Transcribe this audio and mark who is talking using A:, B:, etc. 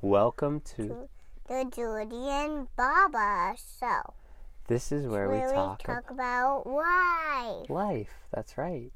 A: Welcome to
B: the Judy and Baba show.
A: This is where we
B: Where
A: talk
B: we talk about life.
A: about life. That's right.